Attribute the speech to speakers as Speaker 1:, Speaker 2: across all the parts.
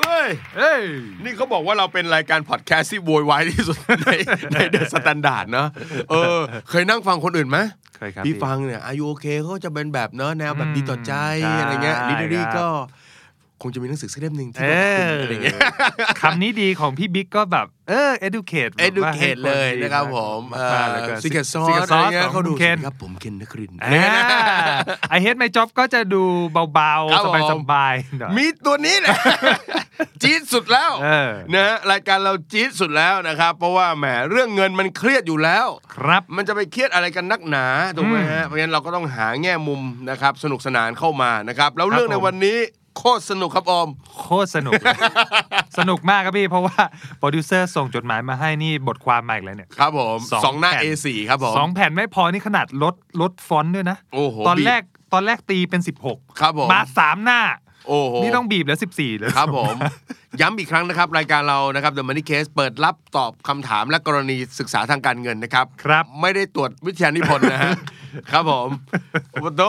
Speaker 1: เฮ้ย
Speaker 2: เฮ้ย
Speaker 1: นี่เขาบอกว่าเราเป็นรายการพอดแคสต์ที่โวยวายที่สุด ในในเดอะสแตนดาร์ดเนอะเออ เคยนั่งฟังคนอื่นไหม
Speaker 2: เคยครับ
Speaker 1: พี่ฟังเนี่ยอายุโอเคเขาก็จะเป็นแบบเนอะแนวแบบ
Speaker 2: อืม
Speaker 1: ดีต่อใจ
Speaker 2: ใช่
Speaker 1: อะไรเงี้ยลิเดอ
Speaker 2: ค
Speaker 1: รี่
Speaker 2: รับ
Speaker 1: ก็ คงจะมีหนังสือสักเล่มหนึ่งที่
Speaker 2: เอ
Speaker 1: แบ
Speaker 2: อ
Speaker 1: บ คุณอะไรเงี้ย
Speaker 2: คำนี้ดีของพี่บิ๊กก็แบบ เออ educate แบบว่าให้
Speaker 1: educate เลยนะครับผมเอ
Speaker 2: มากๆแล้วก็
Speaker 1: อซิกเกอร์ซอส
Speaker 2: Secret
Speaker 1: อะไร
Speaker 2: Sauce
Speaker 1: เงี้ย
Speaker 2: ขอ
Speaker 1: เขา
Speaker 2: ง
Speaker 1: ดู
Speaker 2: คุณเคน
Speaker 1: สิครับผมเคนนครินทร์
Speaker 2: ไอเฮดไมจ็อบก็จะดูเบา
Speaker 1: ครับ
Speaker 2: ๆ
Speaker 1: ผม
Speaker 2: สบายๆหน่อย
Speaker 1: มีตัวนี้ แหละ จี๊ดสุดแล้ว
Speaker 2: เออ
Speaker 1: นะฮะรายการเราจี๊ดสุดแล้วนะครับ เพราะว่าแหมเรื่องเงินมันเครียดอยู่แล้ว
Speaker 2: ครับ
Speaker 1: มันจะไปเครียดอะไรกันนักหนาถูกไหมฮะเพราะงั้นเราก็ต้องหาแง่มุมนะครับ สนุกสนานเข้ามานะครับ แล้วเรื่อง
Speaker 2: ครับผ
Speaker 1: ใน
Speaker 2: ม
Speaker 1: วันนี้โคตรสนุกครับออม
Speaker 2: โคตรสนุกเลย สนุกมากครับพี่ เพราะว่าโปรดิวเซอร์ส่งจดหมายมาให้นี่บทความมาอีกแล้วเนี่ย
Speaker 1: ครับผม
Speaker 2: สอง
Speaker 1: สองหน้า
Speaker 2: แผ่น
Speaker 1: A4 ครับผม
Speaker 2: สองแผ่นไม่พอนี่ขนาดลดลดฟอนต์ด้วยนะ
Speaker 1: โอ้โห
Speaker 2: ตอน
Speaker 1: บีบ
Speaker 2: แรกตอนแรกตีเป็น 16
Speaker 1: ครับผม
Speaker 2: มาสามหน้า
Speaker 1: โอ้โห
Speaker 2: นี่ต้องบีบแล้ว14เลย
Speaker 1: ครับ ผม ย้ำอีกครั้งนะครับ รายการเรานะครับ The Money Case เปิดรับตอบคำถามและกรณีศึกษาทางการเงินนะครับ
Speaker 2: ครับ
Speaker 1: ไม่ได้ตรวจวิทยานิพนธ์ นะฮะ ครับผมโอ้โด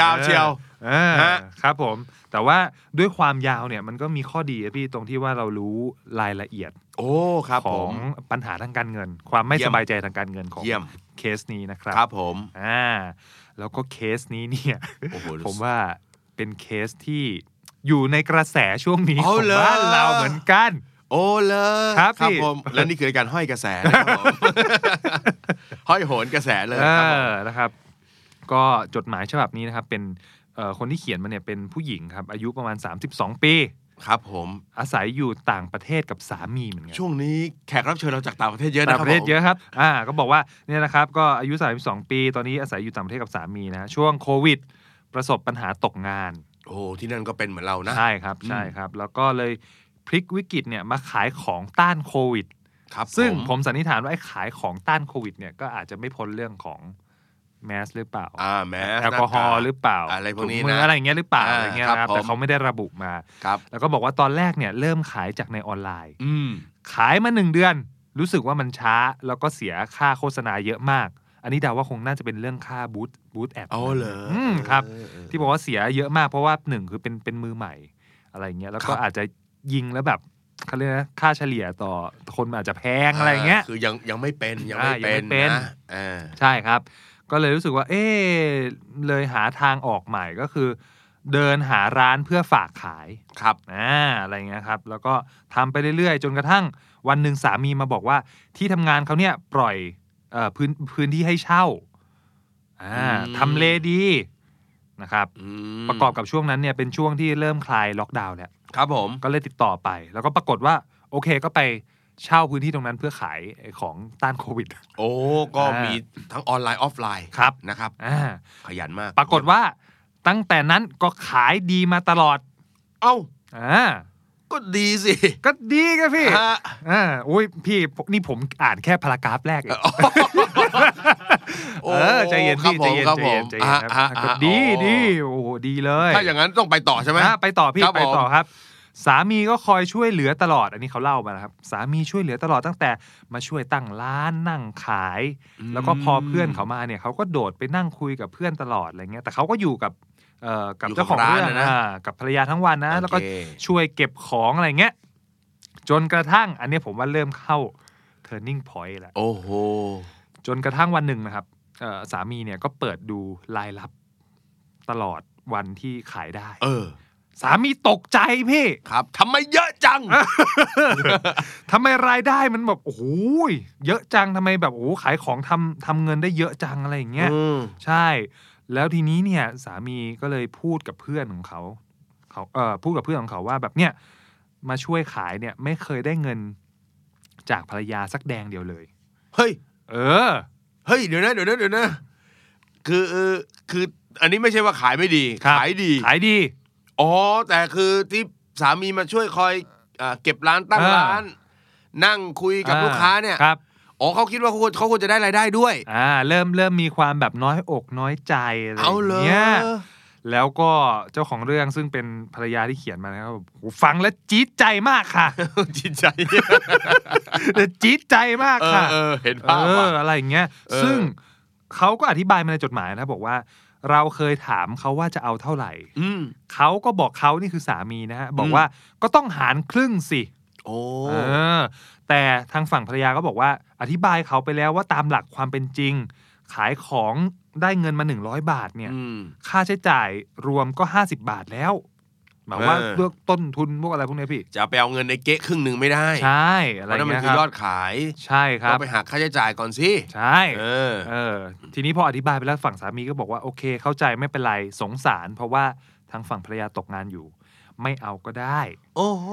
Speaker 1: ยาวเชียว
Speaker 2: ออ
Speaker 1: ฮะ
Speaker 2: ครับผม แต่ว่าด้วยความยาวเนี่ยมันก็มีข้อดีอะพี่ตรงที่ว่าเรารู้รายละเอียด
Speaker 1: โอ้ครับ
Speaker 2: ข
Speaker 1: ผ
Speaker 2: อง
Speaker 1: ม
Speaker 2: ปัญหาทางการเงิน ความไม่
Speaker 1: เยี่
Speaker 2: ส
Speaker 1: ยม
Speaker 2: บายใจทางการเงินของ
Speaker 1: เยี่ยม
Speaker 2: เคสนี้นะครับ
Speaker 1: ครับผม
Speaker 2: อ่าแล้วก็เคสนี้เนี่ย
Speaker 1: โอ้โห
Speaker 2: ผมว่าเป็นเคสที่อยู่ในกระแสช่วงนี้ข
Speaker 1: เอา
Speaker 2: อง
Speaker 1: เหรอ
Speaker 2: บ้านเราเหมือนกัน
Speaker 1: โอ้เลย
Speaker 2: ครับพี่
Speaker 1: ผมและนี่คือรายการห้อยกระแสนะครับ ผม ห้อยโหนกระแสเลย
Speaker 2: เอ
Speaker 1: ครับผม
Speaker 2: อนะครับ ก็จดหมายฉบับนี้นะครับเป็นเอ่อคนที่เขียนมาเนี่ยเป็นผู้หญิงครับ อายุประมาณ 32 ปี
Speaker 1: ครับผม
Speaker 2: อาศัยอยู่ต่างประเทศกับสามีเหมือนกัน
Speaker 1: ช่วงนี้แขกรับเชิญเราจากต่างประเทศเยอะนะ
Speaker 2: ต่าง
Speaker 1: ครั
Speaker 2: ป
Speaker 1: บ
Speaker 2: ระเทศ
Speaker 1: ผม
Speaker 2: เยอะครับอ่าก็บอกว่าเนี่ยนะครับก็อายุ 32 ปี ตอนนี้อาศัยอยู่ต่างประเทศกับสามีนะฮะช่วงโควิด ประสบปัญหาตกงาน
Speaker 1: โอ้ที่นั่นก็เป็นเหมือนเรานะ
Speaker 2: ใช่ครับใช่ครับ แล้วก็เลยพลิกวิกฤตเนี่ยมาขายของต้านโควิด
Speaker 1: ครับ
Speaker 2: ซึ่งผมสันนิษฐานว่าไอ้ขายของต้านโควิดเนี่ยก็อาจจะไม่พ้นเรื่องของแมสหรือเปล่า
Speaker 1: อ่าแม้
Speaker 2: แอลกอฮอล์หรือเปล่า
Speaker 1: อะไรพวกนี้
Speaker 2: ถุงมื
Speaker 1: นะ
Speaker 2: ออะไรอย่างเงี้ยหรือเปล่า
Speaker 1: อ่า
Speaker 2: อะไรเงี้ย
Speaker 1: ครับ
Speaker 2: นะครับ
Speaker 1: ผม
Speaker 2: แต่เขาไม่ได้ระบุมา
Speaker 1: ครับ
Speaker 2: แล้วก็บอกว่าตอนแรกเนี่ยเริ่มขายจากในออนไลน์
Speaker 1: อืม
Speaker 2: ขายมาหนึ่งเดือน รู้สึกว่ามันช้าแล้วก็เสียค่าโฆษณาเยอะมาก อันนี้เดาว่าคงน่าจะเป็นเรื่องค่าบูธบูธแอด
Speaker 1: อ๋อเหรออื
Speaker 2: มครับ
Speaker 1: เออเออ
Speaker 2: ที่บอกว่าเสียเยอะมากเพราะว่าหนึ่งคือเป็นเป็นมือใหม่อะไรเงี้ยแล้วก็
Speaker 1: ครับ
Speaker 2: อาจจะยิงแล้วแบบเขาเรียกนะค่าเฉลี่ยต่อคนมันอาจจะแพงอะไรเงี้ย
Speaker 1: คือยังยังไม่เป็นยัง
Speaker 2: อ่ายังไม่
Speaker 1: ไม่เป็น
Speaker 2: เป็น
Speaker 1: นะอ่า
Speaker 2: ใช่ครับ ก็เลยรู้สึกว่า เอ๊ะเลยหาทางออกใหม่ก็คือ เดินหาร้านเพื่อฝากขาย
Speaker 1: ครับ
Speaker 2: อ่าอะไรเงี้ยครับ แล้วก็ทำไปเรื่อยๆ จนกระทั่งวันหนึ่งสามีมาบอกว่าที่ทำงานเขาเนี่ยปล่อยเออพื้นพื้นที่ให้เช่าอ่า
Speaker 1: อืม
Speaker 2: ทำเลดีนะครับ
Speaker 1: อืม
Speaker 2: ประกอบกับช่วงนั้นเนี่ยเป็นช่วงที่เริ่มคลายล็อกดาวน์แล้ว
Speaker 1: ครับผม
Speaker 2: ก็เลยติดต่อไป แล้วก็ปรากฏว่า โอเคก็ไปเช่าพื้นที่ตรงนั้นเพื่อขายไอ้ของต้านโควิด
Speaker 1: โอ้ก็
Speaker 2: อ่ามี
Speaker 1: มีทั้งออนไลน์ออฟไลน์
Speaker 2: ครับ
Speaker 1: นะครับ
Speaker 2: อ่า
Speaker 1: ขยันมาก
Speaker 2: ปรากฏว่าตั้งแต่นั้นก็ขายดีมาตลอด
Speaker 1: เอ้า
Speaker 2: อ่า
Speaker 1: ก็ดีสิ
Speaker 2: ก็ดีกันพี่
Speaker 1: ฮะ
Speaker 2: อ่า อุ้ยพี่ผมนี่ผมอ่านแค่พารากราฟแรกเอง
Speaker 1: โอ้
Speaker 2: เออใจเย็น
Speaker 1: ครับ
Speaker 2: พี่
Speaker 1: ผ
Speaker 2: ใจ
Speaker 1: ม
Speaker 2: เย็น
Speaker 1: ครับ
Speaker 2: ใจเย็น
Speaker 1: ผม
Speaker 2: ใจเย็นค
Speaker 1: อ่ะ
Speaker 2: รับ
Speaker 1: อ่ะ
Speaker 2: ก็
Speaker 1: อ่ะ
Speaker 2: ดี
Speaker 1: อ๋อ
Speaker 2: ดีโอ้โหดีเลย
Speaker 1: ถ้าอย่างนั้นต้องไปต่อใช่ไหม
Speaker 2: อ่ะไปต่อพี่
Speaker 1: ครับผม
Speaker 2: ไปต่อครับ สามีก็คอยช่วยเหลือตลอด อันนี้เขาเล่ามานะครับ สามีช่วยเหลือตลอดตั้งแต่มาช่วยตั้งร้านนั่งขาย แล้วก็พอเพื่อนเขามาเนี่ยเขาก็โดดไปนั่งคุยกับเพื่อนตลอดอะไรเงี้ยแต่เขาก็อยู่กับเอ่อกับ
Speaker 1: อยู่กับ
Speaker 2: เจ้าของ
Speaker 1: ร้าน
Speaker 2: เรื่อง
Speaker 1: นะนะ
Speaker 2: อ่ากับภรรยาทั้งวันนะ
Speaker 1: โอเค
Speaker 2: แล้วก็ช่วยเก็บของอะไรเงี้ยจนกระทั่งอันเนี้ยผมว่าเริ่มเข้า turning point แล้ว
Speaker 1: โอ้โห
Speaker 2: จนกระทั่งวันหนึ่งนะครับเอ่อสามีเนี่ยก็เปิดดูรายรับตลอดวันที่ขายได้
Speaker 1: เออ
Speaker 2: สามีตกใจพี่
Speaker 1: ครับทำไมเยอะจัง
Speaker 2: ทำไมรายได้มันแบบโอ้โหเยอะจังทำไมแบบโอ้โหขายของทำทำเงินได้เยอะจังอะไรอย่างเงี้ย
Speaker 1: อืม
Speaker 2: ใช่ แล้วทีนี้เนี่ยสามีก็เลยพูดกับเพื่อนของเขาเขาเอ่อพูดกับเพื่อนของเขาว่าแบบเนี่ยมาช่วยขายเนี่ยไม่เคยได้เงินจากภรรยาสักแดงเดียวเลย
Speaker 1: เฮ้ย
Speaker 2: เออ
Speaker 1: เฮ้ย เดี๋ยวนะ เดี๋ยวนะ เดี๋ยวนะ คือเออคือ อันนี้ไม่ใช่ว่าขายไม่ดี
Speaker 2: ครับ
Speaker 1: ขายดี
Speaker 2: ขายดี
Speaker 1: อ๋อ แต่คือที่สามีมาช่วยคอย อ่าเก็บร้านตั้ง
Speaker 2: อ่า
Speaker 1: ร้าน นั่งคุยกับลูกค้าเนี่ย
Speaker 2: ครับ
Speaker 1: อ๋อเขาคิดว่าเขาควรเขาควรจะได้รายได้ด้วย
Speaker 2: อ่าเริ่มเริ่มมีความแบบน้อยอกน้อยใจอะไร
Speaker 1: เอา
Speaker 2: อ
Speaker 1: เล
Speaker 2: ย่าย งเงี้ย แล้วก็เจ้าของเรื่องซึ่งเป็นภรรยาที่เขียนมานะครับโอ้โหฟังแล้วจี๊ดใจมาก ค่ะ
Speaker 1: จิตใจ
Speaker 2: จี๊ดใจมาก
Speaker 1: เออ
Speaker 2: ค่ะ
Speaker 1: เออเห็น
Speaker 2: เอ
Speaker 1: ภาพว่ะ
Speaker 2: ออะไรอย่างเงี้ย
Speaker 1: เออ
Speaker 2: ซึ่งเขาก็อธิบายมาในจดหมายนะบอกว่า เราเคยถามเขาว่าจะเอาเท่าไหร่
Speaker 1: อืม
Speaker 2: เขาก็บอกเขานี่คือสามีนะฮะบอก
Speaker 1: อืม
Speaker 2: ว่าก็ต้องหารครึ่งสิ
Speaker 1: โอ้
Speaker 2: เออ แต่ทางฝั่งภรรยาก็บอกว่า อธิบายเขาไปแล้วว่าตามหลักความเป็นจริง ขายของได้เงินมา 100 บาทเนี่ย ค่าใช้จ่ายรวมก็ 50 บาทแล้วหมายว่า
Speaker 1: เออ
Speaker 2: เลือกต้นทุนพวกอะไรพวกเนี้ยพี่
Speaker 1: จะเอาไปเอาเงินในเก๊ะครึ่งหนึ่งไม่ได้
Speaker 2: ใช่อะ
Speaker 1: เพ
Speaker 2: ไร
Speaker 1: ราะนั่นมัน
Speaker 2: เงี้ยค
Speaker 1: คือยอ
Speaker 2: รับ
Speaker 1: ดขาย
Speaker 2: ใช่ครั
Speaker 1: เรา
Speaker 2: บ
Speaker 1: ไปหักค่าใช้จ่ายก่อนสิ
Speaker 2: ใช่
Speaker 1: เออ
Speaker 2: เออ ทีนี้พออธิบายไปแล้วฝั่งสามีก็บอกว่าโอเค เข้าใจไม่เป็นไรสงสาร เพราะว่าทางฝั่งภรรยาตกงานอยู่ ไม่เอาก็ได้
Speaker 1: โอ้โห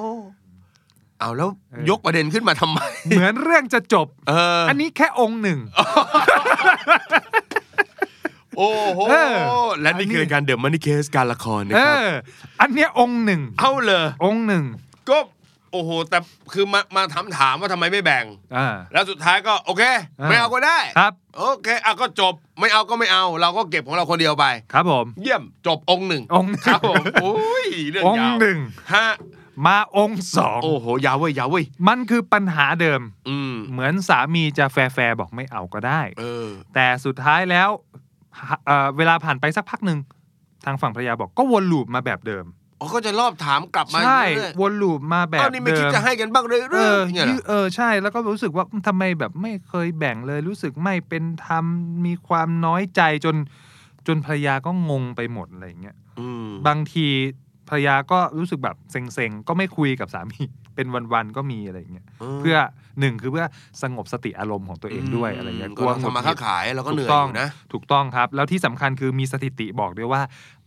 Speaker 1: เอาแล้ว
Speaker 2: เออ
Speaker 1: ยกประเด็นขึ้นมาทำไม
Speaker 2: เหมือนเรื่องจะจบ
Speaker 1: เออ
Speaker 2: อันนี้แค่องค์หนึ่ง
Speaker 1: โอ้โห
Speaker 2: เออ
Speaker 1: และนี่คือรายการเด e m มันนี่เคสการละครนะ
Speaker 2: เอ
Speaker 1: ครับ
Speaker 2: อ อันเนี้ยองค์หนึ่ง
Speaker 1: เอาเลย
Speaker 2: องค์หนึ่ง
Speaker 1: ก็ โอ้โห แต่คือมามาถามถามว่าทำไมไม่แบ่ง
Speaker 2: อ่า
Speaker 1: แล้วสุดท้ายก็โอเค
Speaker 2: เออ
Speaker 1: ไม่เอาก็ได้
Speaker 2: ครับ
Speaker 1: โอเคอ่ะก็จบไม่เอาก็ไม่เอา เราก็เก็บของเราคนเดียวไป
Speaker 2: ครับผม
Speaker 1: เยี่ยมจบองค์หนึ่ง
Speaker 2: องค์ห
Speaker 1: ค
Speaker 2: นึ่
Speaker 1: รับ
Speaker 2: ง
Speaker 1: ผมโอ้ยเรื่อง
Speaker 2: อง
Speaker 1: ยา
Speaker 2: ค์
Speaker 1: ว
Speaker 2: หนึ่ง
Speaker 1: ฮะ
Speaker 2: มาองค์สอง
Speaker 1: โอ้โหยาวเว้ยยาวเว้ย
Speaker 2: มันคือปัญหาเดิม
Speaker 1: อืม
Speaker 2: เหมือนสามีจะแฟร์แฟร์ๆบอกไม่เอาก็ได้
Speaker 1: เออ
Speaker 2: แต่สุดท้ายแล้วฮะเอ่อเวลาผ่านไปสักพักหนึ่งทางฝั่งภรรยาบอกก็วนลูปมาแบบเดิม
Speaker 1: อ๋อก็จะรอบถามกลับมา
Speaker 2: ใช่
Speaker 1: เรื่อยๆ
Speaker 2: วนลูปมาแบบ
Speaker 1: อ้าวนี่ไม่
Speaker 2: เดิ
Speaker 1: คิด
Speaker 2: ม
Speaker 1: จะให้กันบ้างเลยห
Speaker 2: เอ
Speaker 1: รือ
Speaker 2: อ
Speaker 1: เนี่ยเหรอ
Speaker 2: เออใช่แล้วก็รู้สึกว่าทำไมแบบไม่เคยแบ่งเลยรู้สึกไม่เป็นธรรมมีความน้อยใจจน จนภรรยาก็งงไปหมดอะไรอย่างเงี้ย
Speaker 1: อืม
Speaker 2: บางทีภรรยาก็รู้สึกแบบเซ็งๆก็ไม่คุยกับสามี เป็นวันๆก็มีอะไรอย่างเงี้ยเพื่อหนึ่งคือเพื่อสงบสติอารมณ์ของตัวเองด้วยอะไรอย่างเงี้ย
Speaker 1: ก็เราทำมา
Speaker 2: หงุดห
Speaker 1: ค้า
Speaker 2: งิด
Speaker 1: ขายเราก็เหนื่อย
Speaker 2: ถู
Speaker 1: อ
Speaker 2: ต้อง
Speaker 1: ยู่นะ
Speaker 2: ถูกต้องครับ แล้วที่สำคัญคือมีสถิติบอกด้วยว่า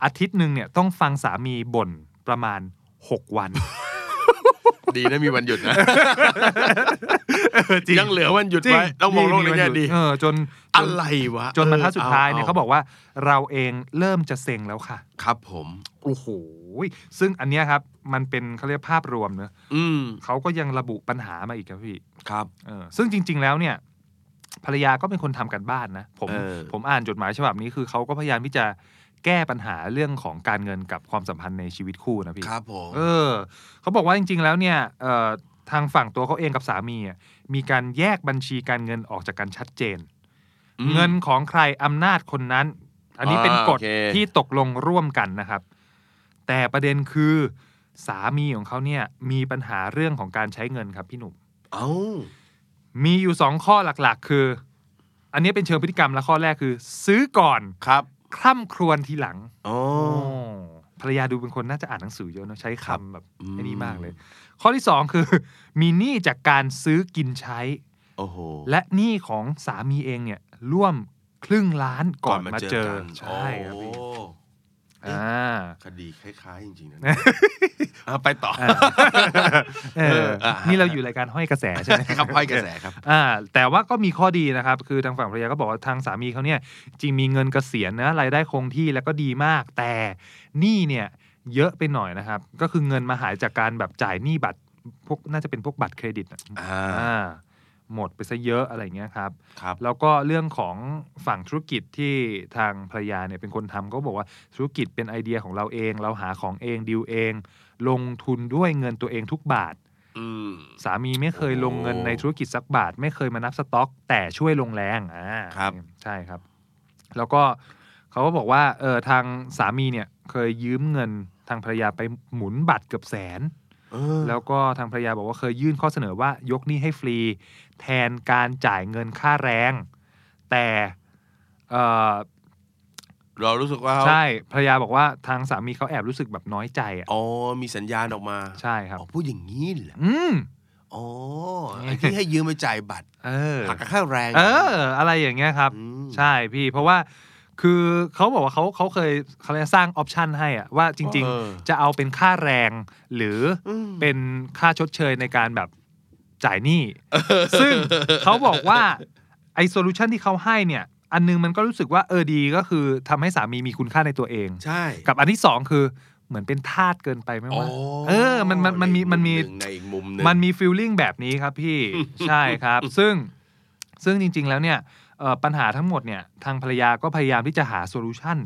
Speaker 2: อาทิตย์หนึ่งเนี่ยต้องฟังสามีบ่นประมาณ 6 วัน
Speaker 1: ดีนะมีวันหยุดนะ
Speaker 2: จริง
Speaker 1: ยังเหลือวันหยุดไว้ต้องมองโลกในแง่ดี
Speaker 2: เออจนจ
Speaker 1: อะ
Speaker 2: น
Speaker 1: ไรวะ
Speaker 2: จนบรรทัดสุดท้ายเนี่ย
Speaker 1: อ
Speaker 2: เขาบอกว่าเราเองเริ่มจะเซ็งแล้วค่ะ
Speaker 1: ครับผม
Speaker 2: โอ้โหยซึ่งอันเนี้ยครับ มันเป็นเขาเรียกภาพรวมเนอะ
Speaker 1: อืม
Speaker 2: เขาก็ยังระบุปัญหามาอีกครับพี่
Speaker 1: ครับ
Speaker 2: เออซึ่งจริง ๆ แล้วเนี่ย ภรรยาก็เป็นคนทำกันบ้านนะผม
Speaker 1: เออ
Speaker 2: ผมอ่านจดหมายฉบับนี้คือเขาก็พยายามที่จะแก้ปัญหาเรื่องของการเงินกับความสัมพันธ์ในชีวิตคู่นะพี่
Speaker 1: ครับผม
Speaker 2: เออเขาบอกว่าจริง ๆ แล้วเนี่ยเอ่อทางฝั่งตัวเขาเองกับสามีอะมีการแยกบัญชีการเงินออกจากกันชัดเจน
Speaker 1: ม
Speaker 2: เงินของใครอำนาจคนนั้น อันนี้เป็น
Speaker 1: อ่าก ก
Speaker 2: ฎ
Speaker 1: โอเค
Speaker 2: ที่ตกลงร่วมกันนะครับ แต่ประเด็นคือสามีของเขาเนี่ยมีปัญหาเรื่องของการใช้เงินครับพี่หนุ่ม
Speaker 1: เอ้า
Speaker 2: มีอยู่สองข้อหลักๆ คือ อันนี้เป็นเชิงพฤติกรรมและข้อแรกคือ ซื้อก่อน
Speaker 1: ครับ
Speaker 2: คร่ำครวญทีหลัง
Speaker 1: โอ้
Speaker 2: ภรรยาดูเป็นคนน่าจะอ่านหนังสือเยอะเนอะใช้คำแบบ
Speaker 1: อืม
Speaker 2: ไอ้นี่มากเลย ข้อที่สองคือ มีหนี้จากการซื้อกินใช้
Speaker 1: โอ้โห
Speaker 2: และหนี้ของสามีเองเนี่ยร่วมครึ่งล้านก่อนมาเจอ
Speaker 1: กัน
Speaker 2: ใช่ครับ
Speaker 1: โอ้
Speaker 2: พี่
Speaker 1: โห
Speaker 2: อ่า
Speaker 1: คดีคล้ายๆจริงๆนะอ่ะไปต่อ
Speaker 2: อ่าเอ
Speaker 1: เอ
Speaker 2: อ
Speaker 1: ออ่ะ
Speaker 2: นี่เราอยู่รายการห้อยกระแสใช่ไหม
Speaker 1: ครับไพ่กระแสครับ
Speaker 2: อ่าแต่ว่าก็มีข้อดีนะครับ คือทางฝั่งภรรยาก็บอกว่าทางสามีเขาเนี่ยจริงมีเงินเกษียณนะรายได้คงที่แล้วก็ดีมาก แต่หนี้เนี่ยเยอะไปหน่อยนะครับ ก็คือเงินมาหายจากการแบบจ่ายหนี้บัตรพวกน่าจะเป็นพวกบัตรเครดิตอะ
Speaker 1: อ่า
Speaker 2: อ่าหมดไปซะเยอะอะไรอย่างเงี้ยครับ
Speaker 1: ครับ
Speaker 2: แล้วก็เรื่องของฝั่งธุรกิจที่ทางภรรยาเนี่ยเป็นคนทำก็บอกว่าธุรกิจเป็นไอเดียของเราเอง เราหาของเองดีลเอง ลงทุนด้วยเงินตัวเองทุกบาท
Speaker 1: อืม
Speaker 2: สามีไม่เคยลงเงิน
Speaker 1: โอ้
Speaker 2: ในธุรกิจสักบาท ไม่เคยมานับสต็อก แต่ช่วยลงแรงอ่า
Speaker 1: ครับ
Speaker 2: ใช่ครับ แล้วก็เขาก็บอกว่าเออทางสามีเนี่ยเคยยืมเงินทางภรรยาไปหมุนบัตรเกือบแสน
Speaker 1: เออ
Speaker 2: แล้วก็ทางภรรยาบอกว่าเคยยื่นข้อเสนอว่ายกหนี้ให้ฟรี แทนการจ่ายเงินค่าแรง แต่เออ
Speaker 1: เรารู้สึกว่าเขา
Speaker 2: ใช่ภรรยาบอกว่าทางสามีเขาแอบรู้สึกแบบน้อยใจอ่ะ
Speaker 1: อ๋อมีสัญญาณออกมา
Speaker 2: ใช่ครับ
Speaker 1: อ๋อพูดอย่างนี้เหรอ
Speaker 2: อืม
Speaker 1: อ๋อไอ้ที่ให้ยืมไปจ่ายบัตร
Speaker 2: เออ
Speaker 1: หักกับค่าแรง
Speaker 2: เออ อะไรอย่างเงี้ยครับ
Speaker 1: อืม
Speaker 2: ใช่พี่เพราะว่าคือเขาบอกว่าเขาเขาเคยเขาเรียกสร้างออปชันให้อะว่าจริง
Speaker 1: เออ
Speaker 2: ๆ จะเอาเป็นค่าแรง หรือ
Speaker 1: อืม
Speaker 2: เป็นค่าชดเชยในการแบบจ่ายหนี้ ซึ่งเขาบอกว่าไอ้โซลูชันที่เขาให้เนี่ย อันนึงมันก็รู้สึกว่าเออดีก็คือทำให้สามีมีคุณค่าในตัวเอง
Speaker 1: ใช่
Speaker 2: กับอันที่สองคือ เหมือนเป็นทาสเกินไปไหม
Speaker 1: อ๋อ
Speaker 2: ว่าเออมันมันมันมีมันมี
Speaker 1: ในอีกมุมหนึ่ง
Speaker 2: มันมีฟิลลิ่งแบบนี้ครับ พี่ ใช่ครับ ซึ่งซึ่งจริง ๆ แล้วเนี่ยเอ่อปัญหาทั้งหมดเนี่ยทางภรรยาก็พยายามที่จะหาโซลูชัน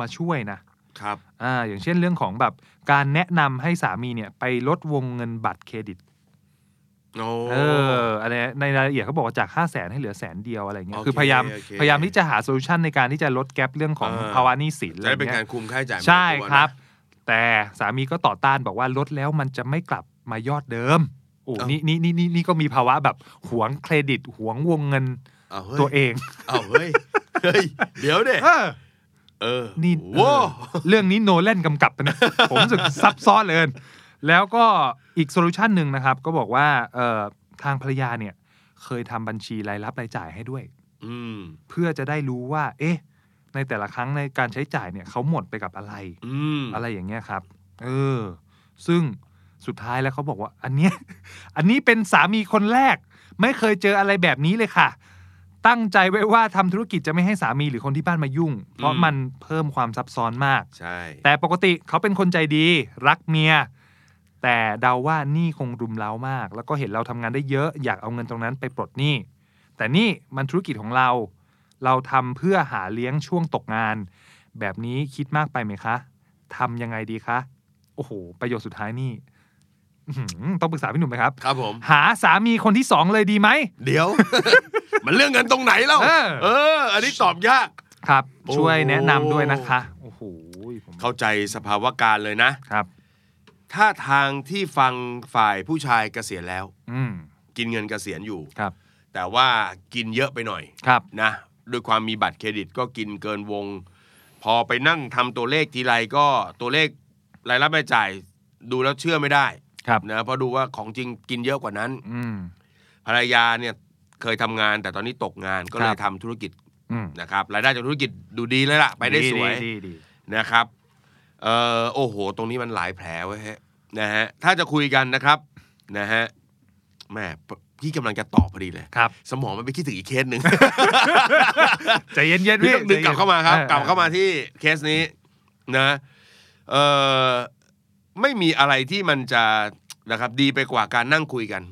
Speaker 2: มาช่วยนะครับ อ่าอย่างเช่นเรื่องของแบบการแนะนำให้สามีเนี่ยไปลดวงเงินบัตรเครดิต
Speaker 1: โอ้
Speaker 2: เอออะไรในรายละเอียดเขาบอกว่าจาก 5 0 0แสนให้เหลือแสนเดียวอะไรเงี้ย
Speaker 1: โอเค
Speaker 2: คือพยายาม
Speaker 1: โอเค
Speaker 2: พยายามที่จะหาโซลูชันในการที่จะลดแกลบเรื่องของ
Speaker 1: อ่า
Speaker 2: ภาวะหนี้สินอะ
Speaker 1: จะ
Speaker 2: ไร
Speaker 1: ได้เป็น
Speaker 2: เงี้
Speaker 1: การ
Speaker 2: ย
Speaker 1: คุมค่าใช้จ่าย
Speaker 2: ใช่
Speaker 1: ไปด้วย
Speaker 2: ครับ
Speaker 1: นะ
Speaker 2: แต่สามีก็ต่อต้านบอกว่าลดแล้วมันจะไม่กลับมายอดเดิมโอ้
Speaker 1: เอ้านี่
Speaker 2: นี่นี่นี่นี่นี่ก็มีภาวะแบบหวงเครดิตหวงวงเงิน
Speaker 1: เอาเฮ้ย
Speaker 2: ตัวเอง
Speaker 1: เอาเฮ้ยเฮ้ยเดี๋ยวเด้
Speaker 2: เออ
Speaker 1: เออ
Speaker 2: นี่
Speaker 1: โว้
Speaker 2: เออเรื่องนี้โนแลนกำกับนะ ผมรู้สึกซับซ้อนเหลย แล้วก็อีกโซลูชันหนึ่งนะครับ ก็บอกว่าเอ่อทางภรรยาเนี่ยเคยทำบัญชีรายรับรายจ่ายให้ด้วย
Speaker 1: อืม
Speaker 2: เพื่อจะได้รู้ว่า เอ๊ะ ในแต่ละครั้งในการใช้จ่ายเนี่ยเขาหมดไปกับอะไร
Speaker 1: อืม
Speaker 2: อะไรอย่างเงี้ยครับ เออ ซึ่งสุดท้ายแล้วเขาบอกว่า อันเนี้ย อันนี้เป็นสามีคนแรก ไม่เคยเจออะไรแบบนี้เลยค่ะ ตั้งใจไว้ว่าทำธุรกิจจะไม่ให้สามีหรือคนที่บ้านมายุ่ง เพราะมันเพิ่มความซับซ้อนมาก
Speaker 1: ใช่
Speaker 2: แต่ปกติเขาเป็นคนใจดี รักเมีย แต่เดาว่าหนี่คงรุมเร้ามาก แล้วก็เห็นเราทำงานได้เยอะอยากเอาเงินตรงนั้นไปปลดหนี้แต่นี่มันธุรกิจของเรา เราทำเพื่อหาเลี้ยงช่วงตกงาน แบบนี้คิดมากไปไหมคะทำยังไงดีคะโอ้โห ประโยชน์สุดท้ายนี่อื้อหือต้องปรึกษาพี่หนุ่มไหมครับ
Speaker 1: ครับผม
Speaker 2: หาสามีคนที่สองเลยดีไหม
Speaker 1: เดี๋ยว มันเรื่องเงินตรงไหนเล่า
Speaker 2: เออ
Speaker 1: เออ อันนี้ตอบยาก
Speaker 2: ครับ
Speaker 1: โอ้
Speaker 2: ช่วยแนะนำด้วยนะคะโอ้โหผม
Speaker 1: เข้าใจสภาวะการเลยนะ
Speaker 2: ครับ
Speaker 1: ถ้าทางที่ฟังฝ่ายผู้ชายเกษียณแล้ว
Speaker 2: อืม
Speaker 1: กินเงินเกษียณอยู่
Speaker 2: ครับ
Speaker 1: แต่ว่ากินเยอะไปหน่อย
Speaker 2: ครับ
Speaker 1: นะด้วยความมีบัตรเครดิตก็กินเกินวง พอไปนั่งทำตัวเลขทีไรก็ตัวเลขรายรับรายจ่ายดูแล้วเชื่อไม่ได้
Speaker 2: ครับ
Speaker 1: นะเพราะดูว่าของจริงกินเยอะกว่านั้น
Speaker 2: อืม
Speaker 1: ภรรยาเนี่ยเคยทำงาน แต่ตอนนี้ตกงานก็
Speaker 2: ค
Speaker 1: เล
Speaker 2: รับ
Speaker 1: ยทำธุรกิจ
Speaker 2: อืม
Speaker 1: นะครับรายได้จากธุรกิจดูดีเลยล่ะ ไปได้สวย
Speaker 2: ดีดีดี
Speaker 1: นะครับเอ่อโอ้โห ตรงนี้มันหลายแผลเว้ยฮะนะฮะ ถ้าจะคุยกันนะครับ นะฮะแม่พี่กำลังจะตอบพอดีเลย
Speaker 2: ครับ
Speaker 1: สมองมันไปคิดถึงอีกเคสหนึ่ง
Speaker 2: ใจเย็นเย็น
Speaker 1: พี่
Speaker 2: พี่
Speaker 1: ต้องดึงกลับเข้ามาครับ กลับเข้ามา
Speaker 2: ที่
Speaker 1: ที่เคสนี้นะเอ่อไม่มีอะไรที่มันจะนะครับ ดีไปกว่าการนั่งคุยกัน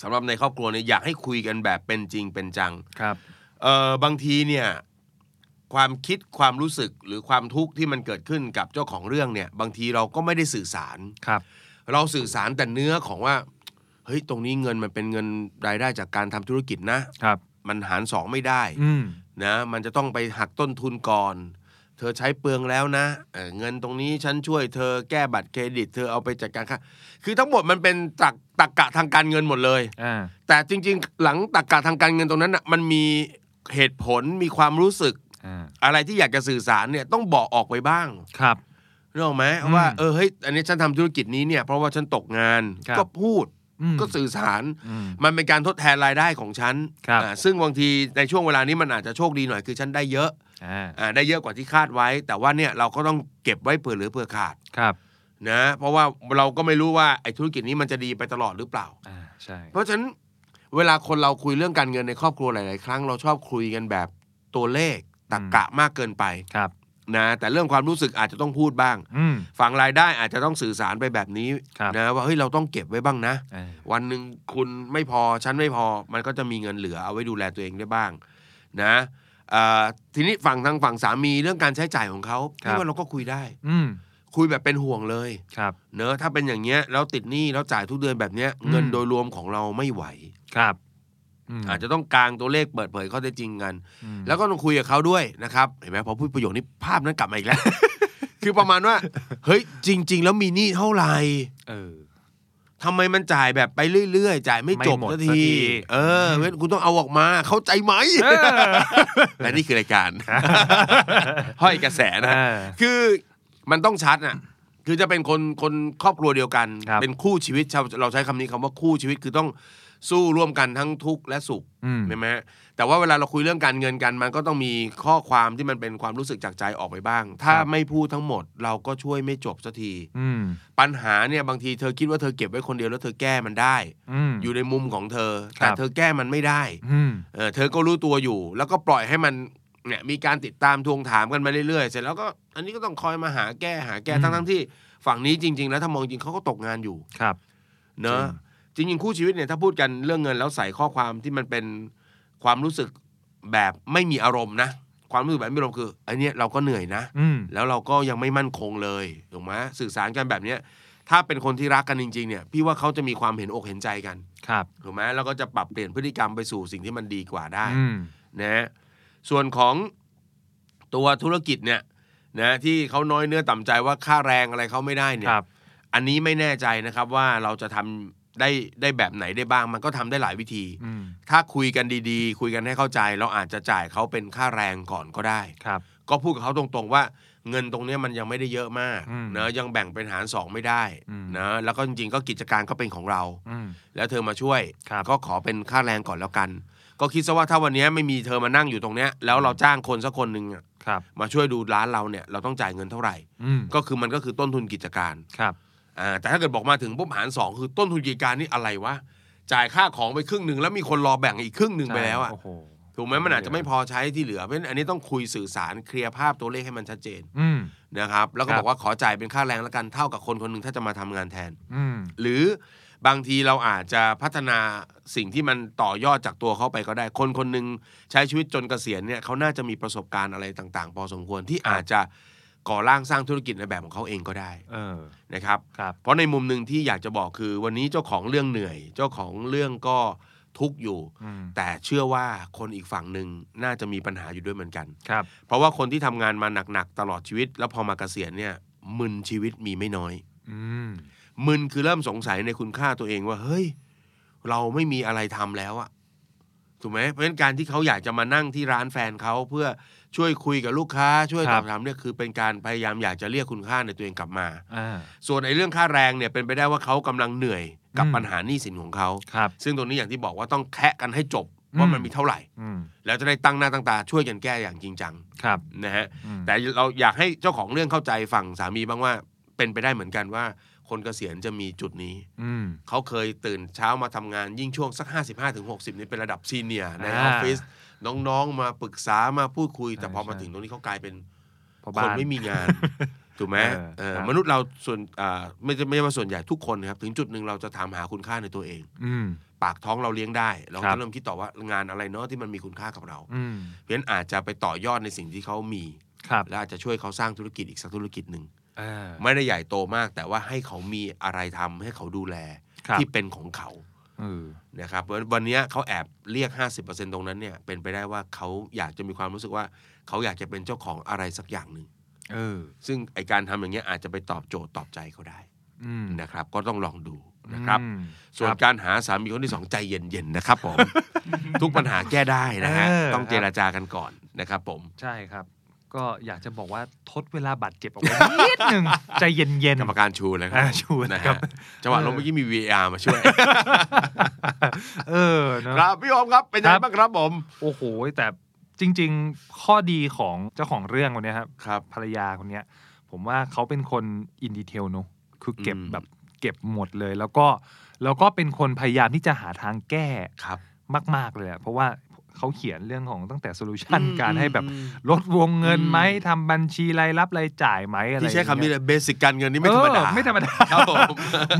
Speaker 1: สำหรับในครอบครัวเนี่ยอยากให้คุยกันแบบเป็นจริงเป็นจัง
Speaker 2: ครับ
Speaker 1: เออบางทีเนี่ยความคิดความรู้สึกหรือความทุกข์ที่มันเกิดขึ้นกับเจ้าของเรื่องเนี่ย บางทีเราก็ไม่ได้สื่อสาร
Speaker 2: ครับ
Speaker 1: เราสื่อสารแต่เนื้อของว่าเฮ้ยตรงนี้เงินมันเป็นเงินรายได้จากการทำธุรกิจนะ
Speaker 2: ครับ
Speaker 1: มันหารสองไม่ได้
Speaker 2: อืม
Speaker 1: นะมันจะต้องไปหักต้นทุนก่อน เธอใช้เปลืองแล้วนะเอ่อเงินตรงนี้ฉันช่วยเธอแก้บัตรเครดิต เธอเอาไปจัดการค่าคือทั้งหมดมันเป็นตักตักกะทางการเงินหมดเลย
Speaker 2: อ่า
Speaker 1: แต่จริงๆ หลังตรกกะทางการเงินตรงนั้นน่ะมันมีเหตุผลมีความรู้สึก
Speaker 2: อ่า
Speaker 1: อะไรที่อยากจะสื่อสารเนี่ยต้องบอกออกไปบ้าง
Speaker 2: ครับ
Speaker 1: เรื่องไหม
Speaker 2: อืม
Speaker 1: ว่าเออเฮ้ยอันนี้ฉันทำธุรกิจนี้เนี่ยเพราะว่าฉันตกงาน
Speaker 2: ครับ
Speaker 1: ก็พูด
Speaker 2: อืม
Speaker 1: ก็สื่อสาร
Speaker 2: อืม
Speaker 1: มันเป็นการทดแทนรายได้ของฉัน
Speaker 2: ครับ
Speaker 1: อ่าซึ่งบางทีในช่วงเวลานี้มันอาจจะโชคดีหน่อยคือฉันได้เยอะ
Speaker 2: อ่า
Speaker 1: อ่าได้เยอะกว่าที่คาดไว้ แต่ว่าเนี่ยเราก็ต้องเก็บไว้เผื่อเหลือเผื่อขาด
Speaker 2: ครับ
Speaker 1: นะเพราะว่าเราก็ไม่รู้ว่าไอ้ธุรกิจนี้มันจะดีไปตลอดหรือเปล่า
Speaker 2: อ่า ใช่
Speaker 1: เพราะฉะนั้นเวลาคนเราคุยเรื่องการเงินในครอบครัวหลาย ๆ ครั้งเราชอบคุยกันแบบตัวเลขตรรกะมากเกินไป
Speaker 2: ครับ
Speaker 1: นะแต่เรื่องความรู้สึกอาจจะต้องพูดบ้าง
Speaker 2: อืม
Speaker 1: ฝั่งรายได้อาจจะต้องสื่อสารไปแบบนี้
Speaker 2: ครับ
Speaker 1: นะว่าเฮ้ยเราต้องเก็บไว้บ้างนะ
Speaker 2: อ่า
Speaker 1: วันหนึ่งคุณไม่พอฉันไม่พอ มันก็จะมีเงินเหลือเอาไว้ดูแลตัวเองได้บ้างนะเอ่อทีนี้ฝั่งทางฝั่งสามีเรื่องการใช้จ่ายของเขา
Speaker 2: ครับ
Speaker 1: พี่ว่าเราก็คุยได้
Speaker 2: อืม
Speaker 1: คุยแบบเป็นห่วงเลย
Speaker 2: ครับ
Speaker 1: เนอะถ้าเป็นอย่างเงี้ยแล้วติดหนี้แล้วจ่ายทุกเดือนแบบเนี้ยเงิน
Speaker 2: อืม
Speaker 1: โดยรวมของเราไม่ไหว
Speaker 2: ครับ อืม
Speaker 1: อาจจะต้องกางตัวเลขเปิดเผยข้อเท็จจริงกัน
Speaker 2: อืม
Speaker 1: แล้วก็ต้องคุยกับเขาด้วยนะครับเห็นไหมพอพูดประโยคนี้ภาพนั้นกลับมาอีกแล้ว คือประมาณว่า เฮ้ยจริง ๆ แล้วมีหนี้เท่าไหร่
Speaker 2: เออ
Speaker 1: ทำไมมันจ่ายแบบไปเรื่อยๆ จ่ายไม่จบ
Speaker 2: ไม่หมด
Speaker 1: สัก
Speaker 2: สักที
Speaker 1: ทีเออเว้นคุณต้องเอาออกมา เข้าใจไหม
Speaker 2: เออ
Speaker 1: และนี่คือราย การ ห้อยกระแสนะ
Speaker 2: เอ
Speaker 1: ฮะ
Speaker 2: อ
Speaker 1: คือมันต้องชัดน่ะคือจะเป็นคนคนครอบครัวเดียวกัน
Speaker 2: ครับ
Speaker 1: เป็นคู่ชีวิตเราเราใช้คำนี้คำว่าคู่ชีวิตคือต้องสู้ร่วมกันทั้งทุกข์และสุข
Speaker 2: อืม
Speaker 1: ใช่ไหมฮะแต่ว่าเวลาเราคุยเรื่องการเงินกันมันก็ต้องมีข้อความที่มันเป็นความรู้สึกจากใจออกไปบ้าง ถ้า
Speaker 2: ครับ
Speaker 1: ไม่พูดทั้งหมดเราก็ช่วยไม่จบสักที
Speaker 2: อืม
Speaker 1: ปัญหาเนี่ยบางทีเธอคิดว่าเธอเก็บไว้คนเดียวแล้วเธอแก้มันได้
Speaker 2: อืม
Speaker 1: อยู่ในมุมของเธอ แต่
Speaker 2: ครับ
Speaker 1: เธอแก้มันไม่ได้
Speaker 2: อืม
Speaker 1: เออเธอก็รู้ตัวอยู่ แล้วก็ปล่อยให้มัน เนี่ยมีการติดตามทวงถามกันมาเรื่อยๆ เสร็จแล้วก็อันนี้ก็ต้องคอยมาหาแก้หาแก้
Speaker 2: อืม
Speaker 1: ทั้งๆที่ฝั่งนี้จริง ๆ แล้วถ้ามองจริงเขาก็ตกงานอยู่
Speaker 2: ครับ
Speaker 1: เนอะจริงๆคู่ชีวิตเนี่ยถ้าพูดกันเรื่องเงินแล้วใส่ข้อความที่มันเป็นความรู้สึกแบบไม่มีอารมณ์นะ ความรู้สึกแบบไม่มีอารมณ์คืออันเนี้ยเราก็เหนื่อยนะ
Speaker 2: อืม
Speaker 1: แล้วเราก็ยังไม่มั่นคงเลยถูกไหมสื่อสารกันแบบเนี้ยถ้าเป็นคนที่รักกันจริง ๆ เนี่ย พี่ว่าเขาจะมีความเห็นอกเห็นใจกัน
Speaker 2: ครับ
Speaker 1: ถูกไหมแล้วก็จะปรับเปลี่ยนพฤติกรรมไปสู่สิ่งที่มันดีกว่าได้
Speaker 2: อืม
Speaker 1: นะฮะส่วนของตัวธุรกิจเนี่ยนะที่เขาน้อยเนื้อต่ำใจว่าค่าแรงอะไรเขาไม่ได้เนี่
Speaker 2: ค
Speaker 1: ย
Speaker 2: รับ
Speaker 1: อันนี้ไม่แน่ใจนะครับว่าเราจะทำได้ได้แบบไหนได้บ้าง มันก็ทำได้หลายวิธี
Speaker 2: อืม
Speaker 1: ถ้าคุยกันดีๆ คุยกันให้เข้าใจ เราอาจจะจ่ายเขาเป็นค่าแรงก่อนก็ได้
Speaker 2: ครับ
Speaker 1: ก็พูดกับเขาตรงๆว่าเงินตรงเนี้ยมันยังไม่ได้เยอะมาก
Speaker 2: อืม
Speaker 1: เนอะยังแบ่งเป็นหารสองไม่ได้
Speaker 2: อืม
Speaker 1: นะแล้วก็จริงๆก็กิจการก็เป็นของเรา
Speaker 2: อืม
Speaker 1: แล้วเธอมาช่วย
Speaker 2: ครับ
Speaker 1: ก็ขอเป็นค่าแรงก่อนแล้วกัน ก็คิดซะว่าถ้าวันนี้ไม่มีเธอมานั่งอยู่ตรงเนี้ยแล้วเราจ้างคนสักคนหนึ่งอะ
Speaker 2: ครับ
Speaker 1: มาช่วยดูร้านเราเนี่ยเราต้องจ่ายเงินเท่าไหร่
Speaker 2: อืม
Speaker 1: ก็คือมันก็คือต้นทุนกิจการ
Speaker 2: ครับ
Speaker 1: อ่าแต่ถ้าเกิดบอกมาถึงปุ๊บหารสองคือต้นทุนกิจการนี่อะไรวะจ่ายค่าของไปครึ่งหนึ่งแล้วมีคนรอแบ่งอีกครึ่งหนึ่งไปแล้วอะ
Speaker 2: โอ้โห
Speaker 1: ถูกไหมมันอาจจะไม่พอใช้ที่เหลือเพราะฉะนั้นอันนี้ต้องคุยสื่อสารเคลียร์ภาพตัวเลขให้มันชัดเจน
Speaker 2: อืม
Speaker 1: นะครับแล้วก็
Speaker 2: ครับบ
Speaker 1: อกว่าขอจ่ายเป็นค่าแรงแล้วกันเท่ากับคนคนหนึ่งถ้าจะมาทำงานแทน
Speaker 2: อืม
Speaker 1: หรือบางทีเราอาจจะพัฒนาสิ่งที่มันต่อยอดจากตัวเขาไปก็ได้ คนคนหนึ่งใช้ชีวิตจนเกษียณเนี่ยเขาน่าจะมีประสบการณ์อะไรต่างๆ พอสมควรที่อาจจะก่อร่างสร้างธุรกิจในแบบของเขาเองก็ได้
Speaker 2: เออ
Speaker 1: นะครับ
Speaker 2: ครับ
Speaker 1: เพราะในมุมหนึ่งที่อยากจะบอกคือ วันนี้เจ้าของเรื่องเหนื่อย เจ้าของเรื่องก็ทุกข์อยู่
Speaker 2: อืม
Speaker 1: แต่เชื่อว่าคนอีกฝั่งหนึ่งน่าจะมีปัญหาอยู่ด้วยเหมือนกัน
Speaker 2: ครับ
Speaker 1: เพราะว่าคนที่ทำงานมาหนักๆตลอดชีวิต แล้วพอมาเกษียณเนี่ยมึนชีวิตมีไม่น้อย
Speaker 2: อืม
Speaker 1: มึนคือเริ่มสงสัยในคุณค่าตัวเองว่าเฮ้ย เราไม่มีอะไรทำแล้วอะถูกไหมเพราะฉะนั้นการที่เขาอยากจะมานั่งที่ร้านแฟนเขาเพื่อช่วยคุยกับลูกค้า ช่วย
Speaker 2: ค
Speaker 1: ต
Speaker 2: รั
Speaker 1: อบบ ถามเนี่ยคือเป็นการพยายามอยากจะเรียกคุณค่าในตัวเองกลับมา
Speaker 2: อ่า
Speaker 1: ส่วนไอ้เรื่องค่าแรงเนี่ยเป็นไปได้ว่าเขากำลังเหนื่อยกับ
Speaker 2: อืม
Speaker 1: ปัญหาหนี้สินของเขา
Speaker 2: ครับ
Speaker 1: ซึ่งตรงนี้อย่างที่บอกว่าต้องแคะกันให้จบ
Speaker 2: อืม
Speaker 1: ว่ามันมีเท่าไหร่
Speaker 2: อืม
Speaker 1: แล้วจะได้ตั้งหน้าตั้งตาช่วยกันแก้อย่างจริงจัง
Speaker 2: ครับ
Speaker 1: นะฮะ
Speaker 2: อืม
Speaker 1: แต่เราอยากให้เจ้าของเรื่องเข้าใจฝั่งสามีบ้างว่าเป็นไปได้เหมือนกันว่า คนเกษียณจะมีจุดนี้
Speaker 2: อืม
Speaker 1: เขาเคยตื่นเช้ามาทำงานยิ่งช่วงสัก 55ถึง60 นี่เป็นระดับซีเนียร์ในอ
Speaker 2: อ่า
Speaker 1: อฟฟิศน้องๆ มาปรึกษามาพูดคุย แต่
Speaker 2: ใช่
Speaker 1: พอมา
Speaker 2: ใช่
Speaker 1: ถึงตรงนี้เขากลายเป็น
Speaker 2: พอ
Speaker 1: ค
Speaker 2: บ้าน น
Speaker 1: ไม่มีงาน ถูกไหม
Speaker 2: เออ
Speaker 1: เออ
Speaker 2: ครับ
Speaker 1: มนุษย์เราส่วนอ่าไม่ใช่ไม่ใช่ว่าส่วนใหญ่ทุกคนนะครับ ถึงจุดหนึ่งเราจะถามหาคุณค่าในตัวเอง
Speaker 2: อืม
Speaker 1: ปากท้องเราเลี้ยงได้ เรา
Speaker 2: ครั
Speaker 1: ก็
Speaker 2: บ
Speaker 1: เริ่มคิดต่อว่างานอะไรเนาะที่มันมีคุณค่ากับเรา
Speaker 2: อืม
Speaker 1: เพราะฉะนั้นอาจจะไปต่อยอดในสิ่งที่เขามี
Speaker 2: ครับ
Speaker 1: และอาจจะช่วยเขาสร้างธุรกิจอีกสักธุรกิจหนึ่ง
Speaker 2: อ่า
Speaker 1: ไม่ได้ใหญ่โตมาก แต่ว่าให้เขามีอะไรทำให้เขาดูแล
Speaker 2: ครับ
Speaker 1: ที่เป็นของเขา
Speaker 2: เออ
Speaker 1: นะครับเพราะวันเนี้ยเขาแอบเรียก 50%ตรงนั้นเนี่ยเป็นไปได้ว่าเขาอยากจะมีความรู้สึกว่า เขาอยากจะเป็นเจ้าของอะไรสักอย่างหนึ่ง
Speaker 2: เออ
Speaker 1: ซึ่งไอการทำอย่างเงี้ยอาจจะไปตอบโจทย์ตอบใจเขาได้
Speaker 2: อืม
Speaker 1: นะครับ ก็ต้องลองดูนะครับ
Speaker 2: อืม
Speaker 1: ส่วน
Speaker 2: ครับ
Speaker 1: การหาสามีคนที่สองใจเย็นๆนะครับผม ทุกปัญหาแก้ได้นะฮะ
Speaker 2: เออ
Speaker 1: ต้องเจราจากันก่อนนะครับผม
Speaker 2: ใช่ครับ ก็อยากจะบอกว่าทดเวลาบาดเจ็บออกไป นิดหนึ่ง ใจเย็นๆ
Speaker 1: กรรมการชูเลยครั
Speaker 2: อ่า
Speaker 1: บ
Speaker 2: ชูนะ
Speaker 1: นะ
Speaker 2: ครั
Speaker 1: ฮะ
Speaker 2: บ
Speaker 1: จังหวะลงเมื่อกี้มี VR มาช่วย
Speaker 2: เออเนอะ
Speaker 1: ครับพี่อมครับเป็นยังไง
Speaker 2: ครับ
Speaker 1: บ้างครับผม
Speaker 2: โอ้โห แต่จริง ๆ ข้อดีของเจ้าของเรื่องคนเนี้ยครับ
Speaker 1: ครับ
Speaker 2: ภรรยาคนเนี้ย ผมว่าเขาเป็นคนอินดีเทลเนอะคือเก็บ
Speaker 1: อืม
Speaker 2: แบบเก็บหมดเลย แล้วก็แล้วก็เป็นคนพยายามที่จะหาทางแก้
Speaker 1: ครับ
Speaker 2: มาก ๆ เลยอะเพราะว่าเขาเขียนเรื่องของตั้งแต่โซลูชัน
Speaker 1: อืม
Speaker 2: การให้แบบ
Speaker 1: อืม
Speaker 2: ลดวงเงินไหมทำบัญชีรายรับรายจ่ายไหมอะไร
Speaker 1: ที่ใช้คำ
Speaker 2: อาง
Speaker 1: นี้
Speaker 2: งี้
Speaker 1: เลยเบสิกการเงินนี่ไม่ธรรมดา
Speaker 2: เออไม่ธรรมดา
Speaker 1: ครับผม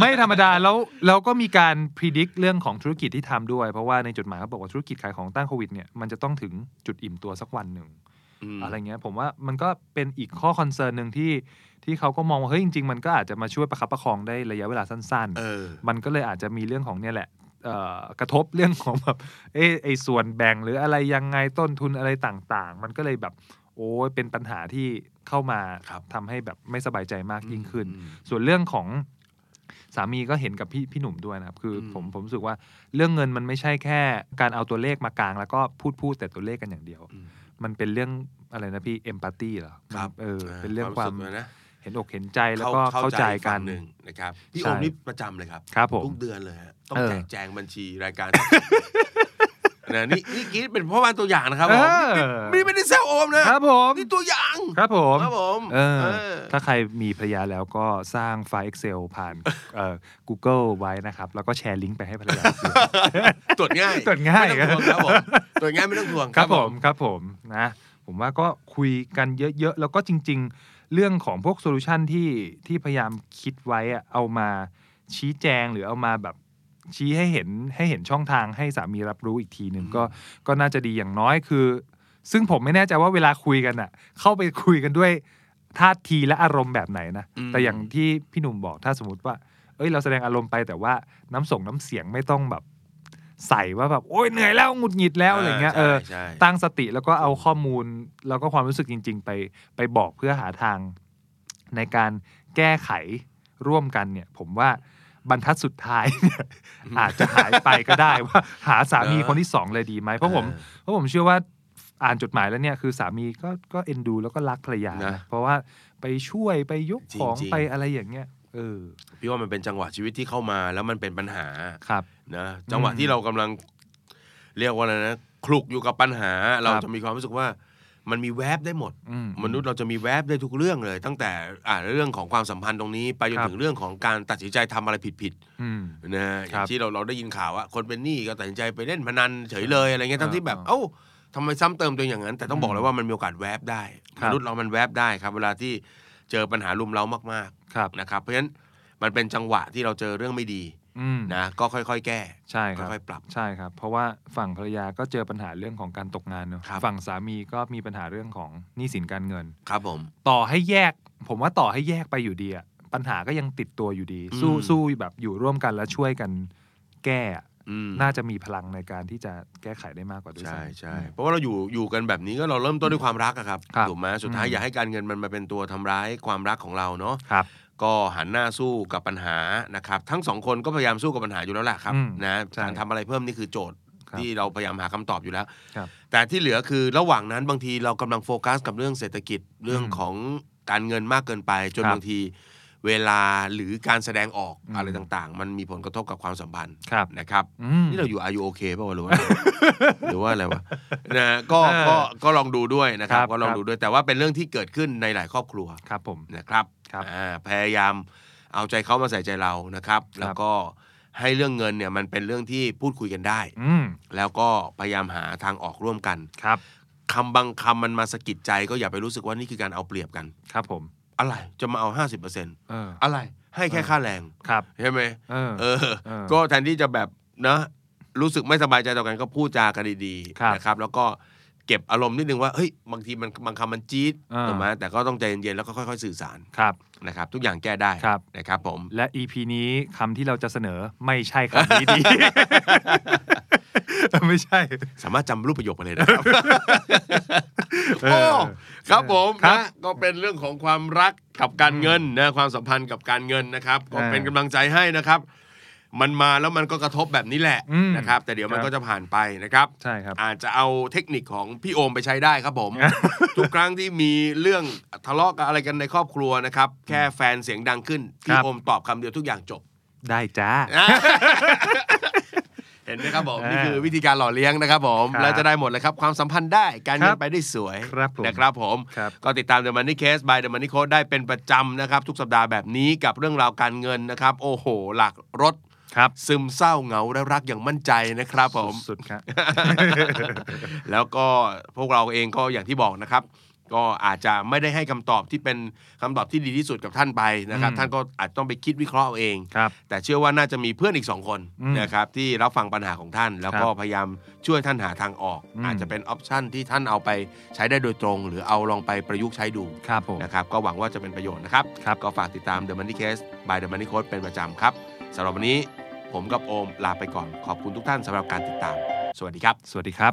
Speaker 2: ไม่ธรรมดาแล้วแล้วก็มีการพิจิตรเรื่องของธุรกิจที่ทำด้วย เพราะว่าในจดหมายเขาบอกว่าธุรกิจขายของต้านโควิดเนี่ยมันจะต้องถึงจุดอิ่มตัวสักวันหนึ่ง
Speaker 1: ม
Speaker 2: อะไรเงี้ยผมว่ามันก็เป็นอีกข้อคอนเซิร์นหนึ่งที่ที่เขาก็มองว่าเฮ้ยจริงๆ มันก็อาจจะมาช่วยประคับประคองได้ระยะเวลาสั้น
Speaker 1: เออ
Speaker 2: ๆ มันก็เลยอาจจะมีเรื่องของเนี่ยแหละเอ่อกระทบเรื่องของแบบเอะไอส่วนแบ่งหรืออะไรยังไงต้นทุนอะไรต่างๆ มันก็เลยแบบโอ้ยเป็นปัญหาที่เข้ามา
Speaker 1: ครับ
Speaker 2: ทำให้แบบไม่สบายใจมากยิ่งขึ้น
Speaker 1: อืม
Speaker 2: ส่วนเรื่องของสามีก็เห็นกับพี่พี่หนุ่มด้วยนะครับ คืออ
Speaker 1: ม
Speaker 2: ผมผมรู้สึกว่าเรื่องเงินมันไม่ใช่แค่การเอาตัวเลขมากลาง แล้วก็พูดพูดแต่ตัวเลขกันอย่างเดียว
Speaker 1: อืม
Speaker 2: มันเป็นเรื่องอะไรนะพี่เอมพัตตีเหรอมัน
Speaker 1: ครับ
Speaker 2: เออเป็นเรื่องความ
Speaker 1: สึกนะ
Speaker 2: เห็นอกเห็นใจแล้วก็เข้าใจกั
Speaker 1: ฝั่
Speaker 2: น
Speaker 1: งหนึ่งนะครับพี่
Speaker 2: ใช่
Speaker 1: โอมนี่ประจำเลยครับ
Speaker 2: ครับผม
Speaker 1: ทุกเดือนเลยฮะต้อง
Speaker 2: เออ
Speaker 1: แจกแจงบัญชีรายการ นะนี่นี่กีดเป็นพ่อบ้านตัวอย่างนะครับ
Speaker 2: เอ
Speaker 1: ผม
Speaker 2: อ
Speaker 1: ไม่ไม่ได้แซวโอมนะครับ
Speaker 2: ผม
Speaker 1: นี่ตัวอย่าง
Speaker 2: ครับผม
Speaker 1: ครับผม
Speaker 2: เออ
Speaker 1: เออ
Speaker 2: ถ้าใครมีภรรยาแล้วก็สร้างไฟล์ Excel ผ่านเอ่อ Google ไว้นะครับ แล้วก็แชร์ลิงก์ไปให้ภรรยาดู
Speaker 1: ตรวจง่าย
Speaker 2: ตรวจง่าย
Speaker 1: ไม่ต้องห่วงครับผมตรวจง่ายไม่ต้องห่วง
Speaker 2: ครับผมครับผมนะ ผมว่าก็คุยกันเยอะๆ แล้วก็จริง ๆ เรื่องของพวกโซลูชันที่ที่พยายามคิดไว้อะเอามาชี้แจงหรือเอามาแบบชี้ให้เห็นให้เห็นช่องทางให้สามีรับรู้อีกทีหนึ่งก็ก็น่าจะดีอย่างน้อยคือ ซึ่งผมไม่แน่ใจว่าเวลาคุยกันอ่ะ เข้าไปคุยกันด้วยท่าทีและอารมณ์แบบไหนนะ
Speaker 1: อืม
Speaker 2: แต่อย่างที่พี่หนุ่มบอกถ้าสมมติว่า เอ้ยเราแสดงอารมณ์ไปแต่ว่าน้ำส่งน้ำเสียงไม่ต้องแบบ ใส่ว่าแบบโอ้ยเหนื่อยแล้วหงุดหงิดแล้วอะไรเงี้ยเออ
Speaker 1: ใช่ใช่
Speaker 2: ตั้งสติแล้วก็เอาข้อมูลแล้วก็ความรู้สึกจริง ๆ ไปไปบอกเพื่อหาทางในการแก้ไขร่วมกันเนี่ย ผมว่าบรรทัดสุดท้าย เนี่ยอาจจะหายไปก็ได้ว่า หาสามี
Speaker 1: เนอะ
Speaker 2: คนที่สองเลยดีไหมเพราะผม
Speaker 1: เออ
Speaker 2: เพราะผมเชื่อว่าอ่านจดหมายแล้วเนี่ยคือสามีก็ก็เอ็นดูแล้วก็รักภรรยานะ
Speaker 1: นะ
Speaker 2: เพราะว่าไปช่วยไปยกของ
Speaker 1: จริงๆ
Speaker 2: ไปอะไรอย่างเงี้ยเออ
Speaker 1: พี่ว่ามันเป็นจังหวะชีวิตที่เข้ามาแล้วมันเป็นปัญหา
Speaker 2: ครับ
Speaker 1: นะจังหวะ
Speaker 2: อืม
Speaker 1: ที่เรากำลังเรียกว่าอะไรนะคลุกอยู่กับปัญหา เรา
Speaker 2: ครับ
Speaker 1: จะมีความรู้สึกว่า มันมีแวบได้หมด
Speaker 2: อื
Speaker 1: มนุษย์เราจะมีแวบได้ทุกเรื่องเลย ตั้งแต่อ่าเรื่องของความสัมพันธ์ตรงนี้ ไปจน
Speaker 2: ครับ
Speaker 1: ถึงเรื่องของการตัดสินใจทำอะไรผิด
Speaker 2: อืม
Speaker 1: ๆนะอ
Speaker 2: ครั
Speaker 1: ย่าง
Speaker 2: บ
Speaker 1: ที่เราเราได้ยินข่าวว่าคนเป็นหนี้ก็ตัดสินใจไปเล่นพนันเฉยเลยอะไรเงี้ยทั้งที่แบบ
Speaker 2: อ่า
Speaker 1: เอ้าทำไมซ้ำเติมตัวเองอย่างนั้น แต่ต้องบอกเลยว่ามันมีโอกาสแวบได้
Speaker 2: ครั
Speaker 1: ม
Speaker 2: บ
Speaker 1: นุษย์เรามันแวบได้ครับ เวลาที่เจอปัญหารุมเร้ามาก
Speaker 2: ครับ
Speaker 1: ๆนะครับ เพราะฉะนั้นมันเป็นจังหวะที่เราเจอเรื่องไม่ดี
Speaker 2: อืม
Speaker 1: นะก็ค่อย ๆ แก้
Speaker 2: ใช่ครับ
Speaker 1: ค่อยๆปรับ
Speaker 2: ใช่ครับ เพราะว่าฝั่งภรรยาก็เจอปัญหาเรื่องของการตกงานเนอะ
Speaker 1: ครับ
Speaker 2: ฝั่งสามีก็มีปัญหาเรื่องของหนี้สินการเงิน
Speaker 1: ครับผม
Speaker 2: ต่อให้แยก ผมว่าต่อให้แยกไปอยู่ดีอะปัญหาก็ยังติดตัวอยู่ดี สู้
Speaker 1: อืม
Speaker 2: สู้แบบอยู่ร่วมกันและช่วยกันแก้อะ
Speaker 1: อืม
Speaker 2: น่าจะมีพลังในการที่จะแก้ไขได้มากกว่าด้วย
Speaker 1: ใช่
Speaker 2: ซ้ำ
Speaker 1: ใช่เพราะว่าเราอยู่อยู่กันแบบนี้ก็เราเริ่มต้นด้วยความรักอะครับ
Speaker 2: ครับ
Speaker 1: ถูกไหมสุดท้าย
Speaker 2: อืม
Speaker 1: อย่าให้การเงินมันมาเป็นตัวทำร้ายความรักของเราเนาะ
Speaker 2: ครับ
Speaker 1: ก็หันหน้าสู้กับปัญหานะครับทั้งสองคนก็พยายามสู้กับปัญหาอยู่แล้วแหละครับ
Speaker 2: อืม
Speaker 1: นะ
Speaker 2: ใช่
Speaker 1: การทำอะไรเพิ่มนี่คือโจทย์
Speaker 2: ครับ
Speaker 1: ที่เราพยายามหาคำตอบอยู่แล้ว
Speaker 2: ครับ
Speaker 1: แต่ที่เหลือคือระหว่างนั้นบางทีเรากำลังโฟกัสกับเรื่องเศรษฐกิจเรื่อง
Speaker 2: อืม
Speaker 1: ของการเงินมากเกินไป จน
Speaker 2: ครับ
Speaker 1: บางทีเวลาหรือการแสดงออก
Speaker 2: อืม
Speaker 1: อะไรต่างๆ มันมีผลกระทบกับความสัมพันธ์
Speaker 2: ครับ
Speaker 1: นะครับ
Speaker 2: อืม
Speaker 1: นี่เราอยู่อายุโอเคป่าวะหรือว่า หรือว่าอะไรวะนะก็
Speaker 2: เออ
Speaker 1: ก็ก็ลองดูด้วยนะครับ
Speaker 2: ครับ
Speaker 1: ก็ลอง
Speaker 2: ครับ
Speaker 1: ดูด้วยแต่ว่าเป็นเรื่องที่เกิดขึ้นในหลายครอบครัว
Speaker 2: ครับผม
Speaker 1: นะครับ
Speaker 2: ครับ
Speaker 1: อ่าพยายามเอาใจเขามาใส่ใจเรานะครับ
Speaker 2: ครับ
Speaker 1: แล้วก็ให้เรื่องเงินเนี่ยมันเป็นเรื่องที่พูดคุยกันได้
Speaker 2: อืม
Speaker 1: แล้วก็พยายามหาทางออกร่วมกัน
Speaker 2: ครับ
Speaker 1: คำบางคำมันมาสะกิดใจก็อย่าไปรู้สึกว่านี่คือการเอาเปรียบกัน
Speaker 2: ครับผม
Speaker 1: อะไรจะมาเอา 50%
Speaker 2: เออ
Speaker 1: อะไรให้แค่ค่าแรง
Speaker 2: ครับ
Speaker 1: ใช่ไหม
Speaker 2: เออ
Speaker 1: เออ
Speaker 2: เออ
Speaker 1: ก็แทนที่จะแบบนะรู้สึกไม่สบายใจต่อกันก็พูดจากันดี
Speaker 2: ครับ
Speaker 1: ๆนะครับ แล้วก็เก็บอารมณ์นิดนึงว่าเฮ้ยบางทีมันบางคำมันจี๊ด
Speaker 2: เออ
Speaker 1: ถูกไหมแต่ก็ต้องใจเย็นๆแล้วก็ค่อยๆ สื่อสาร
Speaker 2: ครับ
Speaker 1: นะครับ ทุกอย่างแก้ได้
Speaker 2: ครับ
Speaker 1: นะครับผม
Speaker 2: และ EP นี้คำที่เราจะเสนอไม่ใช่คำนี้ดี ไม่ใช่
Speaker 1: สามารถจำรูปประโยคไปเลยนะครับ
Speaker 2: เออ
Speaker 1: โอ้ครับผม
Speaker 2: ครับ
Speaker 1: นะก็เป็นเรื่องของความรักกับการเงินนะความสัมพันธ์กับการเงินนะครับ ก็เป็นกำลังใจให้นะครับ มันมาแล้วมันก็กระทบแบบนี้แหละ
Speaker 2: อืม
Speaker 1: นะครับ แต่เดี๋ยวมันก็จะผ่านไปนะครับ
Speaker 2: ใช่ครับ
Speaker 1: อาจจะเอาเทคนิคของพี่โอมไปใช้ได้ครับผม ทุกครั้งที่มีเรื่องทะเลาะกับอะไรกันในครอบครัวนะครับ แค่แฟนเสียงดังขึ้น
Speaker 2: ครั
Speaker 1: พี่
Speaker 2: บ
Speaker 1: โอมตอบคำเดียวทุกอย่างจบ
Speaker 2: ได้จ้า
Speaker 1: เห็นไหมครับผม
Speaker 2: อ่านี่
Speaker 1: นี่คือวิธีการหล่อเลี้ยงนะครับผม
Speaker 2: ครับ
Speaker 1: เราจะได้หมดเลยครับ ความสัมพันธ์ได้การ
Speaker 2: ค
Speaker 1: เงิ
Speaker 2: รั
Speaker 1: น
Speaker 2: บ
Speaker 1: ไปได้สวย
Speaker 2: ครับผม
Speaker 1: นะครับผม
Speaker 2: ครับ
Speaker 1: ก็ติดตาม The Money Case by The Money Code ได้เป็นประจำนะครับ ทุกสัปดาห์แบบนี้กับเรื่องราวการเงินนะครับ โอ้โห หลักรถ
Speaker 2: ครับ
Speaker 1: ซึมเศร้าเหงาและรักอย่างมั่นใจนะครับผม
Speaker 2: สุดๆครับ
Speaker 1: แล้วก็พวกเราเองก็อย่างที่บอกนะครับ ก็อาจจะไม่ได้ให้คำตอบที่เป็นคำตอบที่ดีที่สุดกับท่านไปนะครับ
Speaker 2: อืม
Speaker 1: ท่านก็อาจต้องไปคิดวิเคราะห์เอาเอง
Speaker 2: ครับ
Speaker 1: แต่เชื่อว่าน่าจะมีเพื่อนอีกสองคน
Speaker 2: อืม
Speaker 1: นะครับที่รับฟังปัญหาของท่าน แล้วก็พยายามช่วยท่านหาทางออก
Speaker 2: อืม
Speaker 1: อาจจะเป็นออปชันที่ท่านเอาไปใช้ได้โดยตรง หรือเอาลองไปประยุกต์ใช้ดู
Speaker 2: ครับผม
Speaker 1: นะครับก็หวังว่าจะเป็นประโยชน์นะครับ
Speaker 2: ครับ
Speaker 1: ก็ฝากติดตาม The Money Case by The Money Code เป็นประจำครับสำหรับวันนี้ผมกับโอมลาไปก่อนขอบคุณทุกท่านสำหรับการติดตาม สวัสดีครับ
Speaker 2: สวัสดีครับ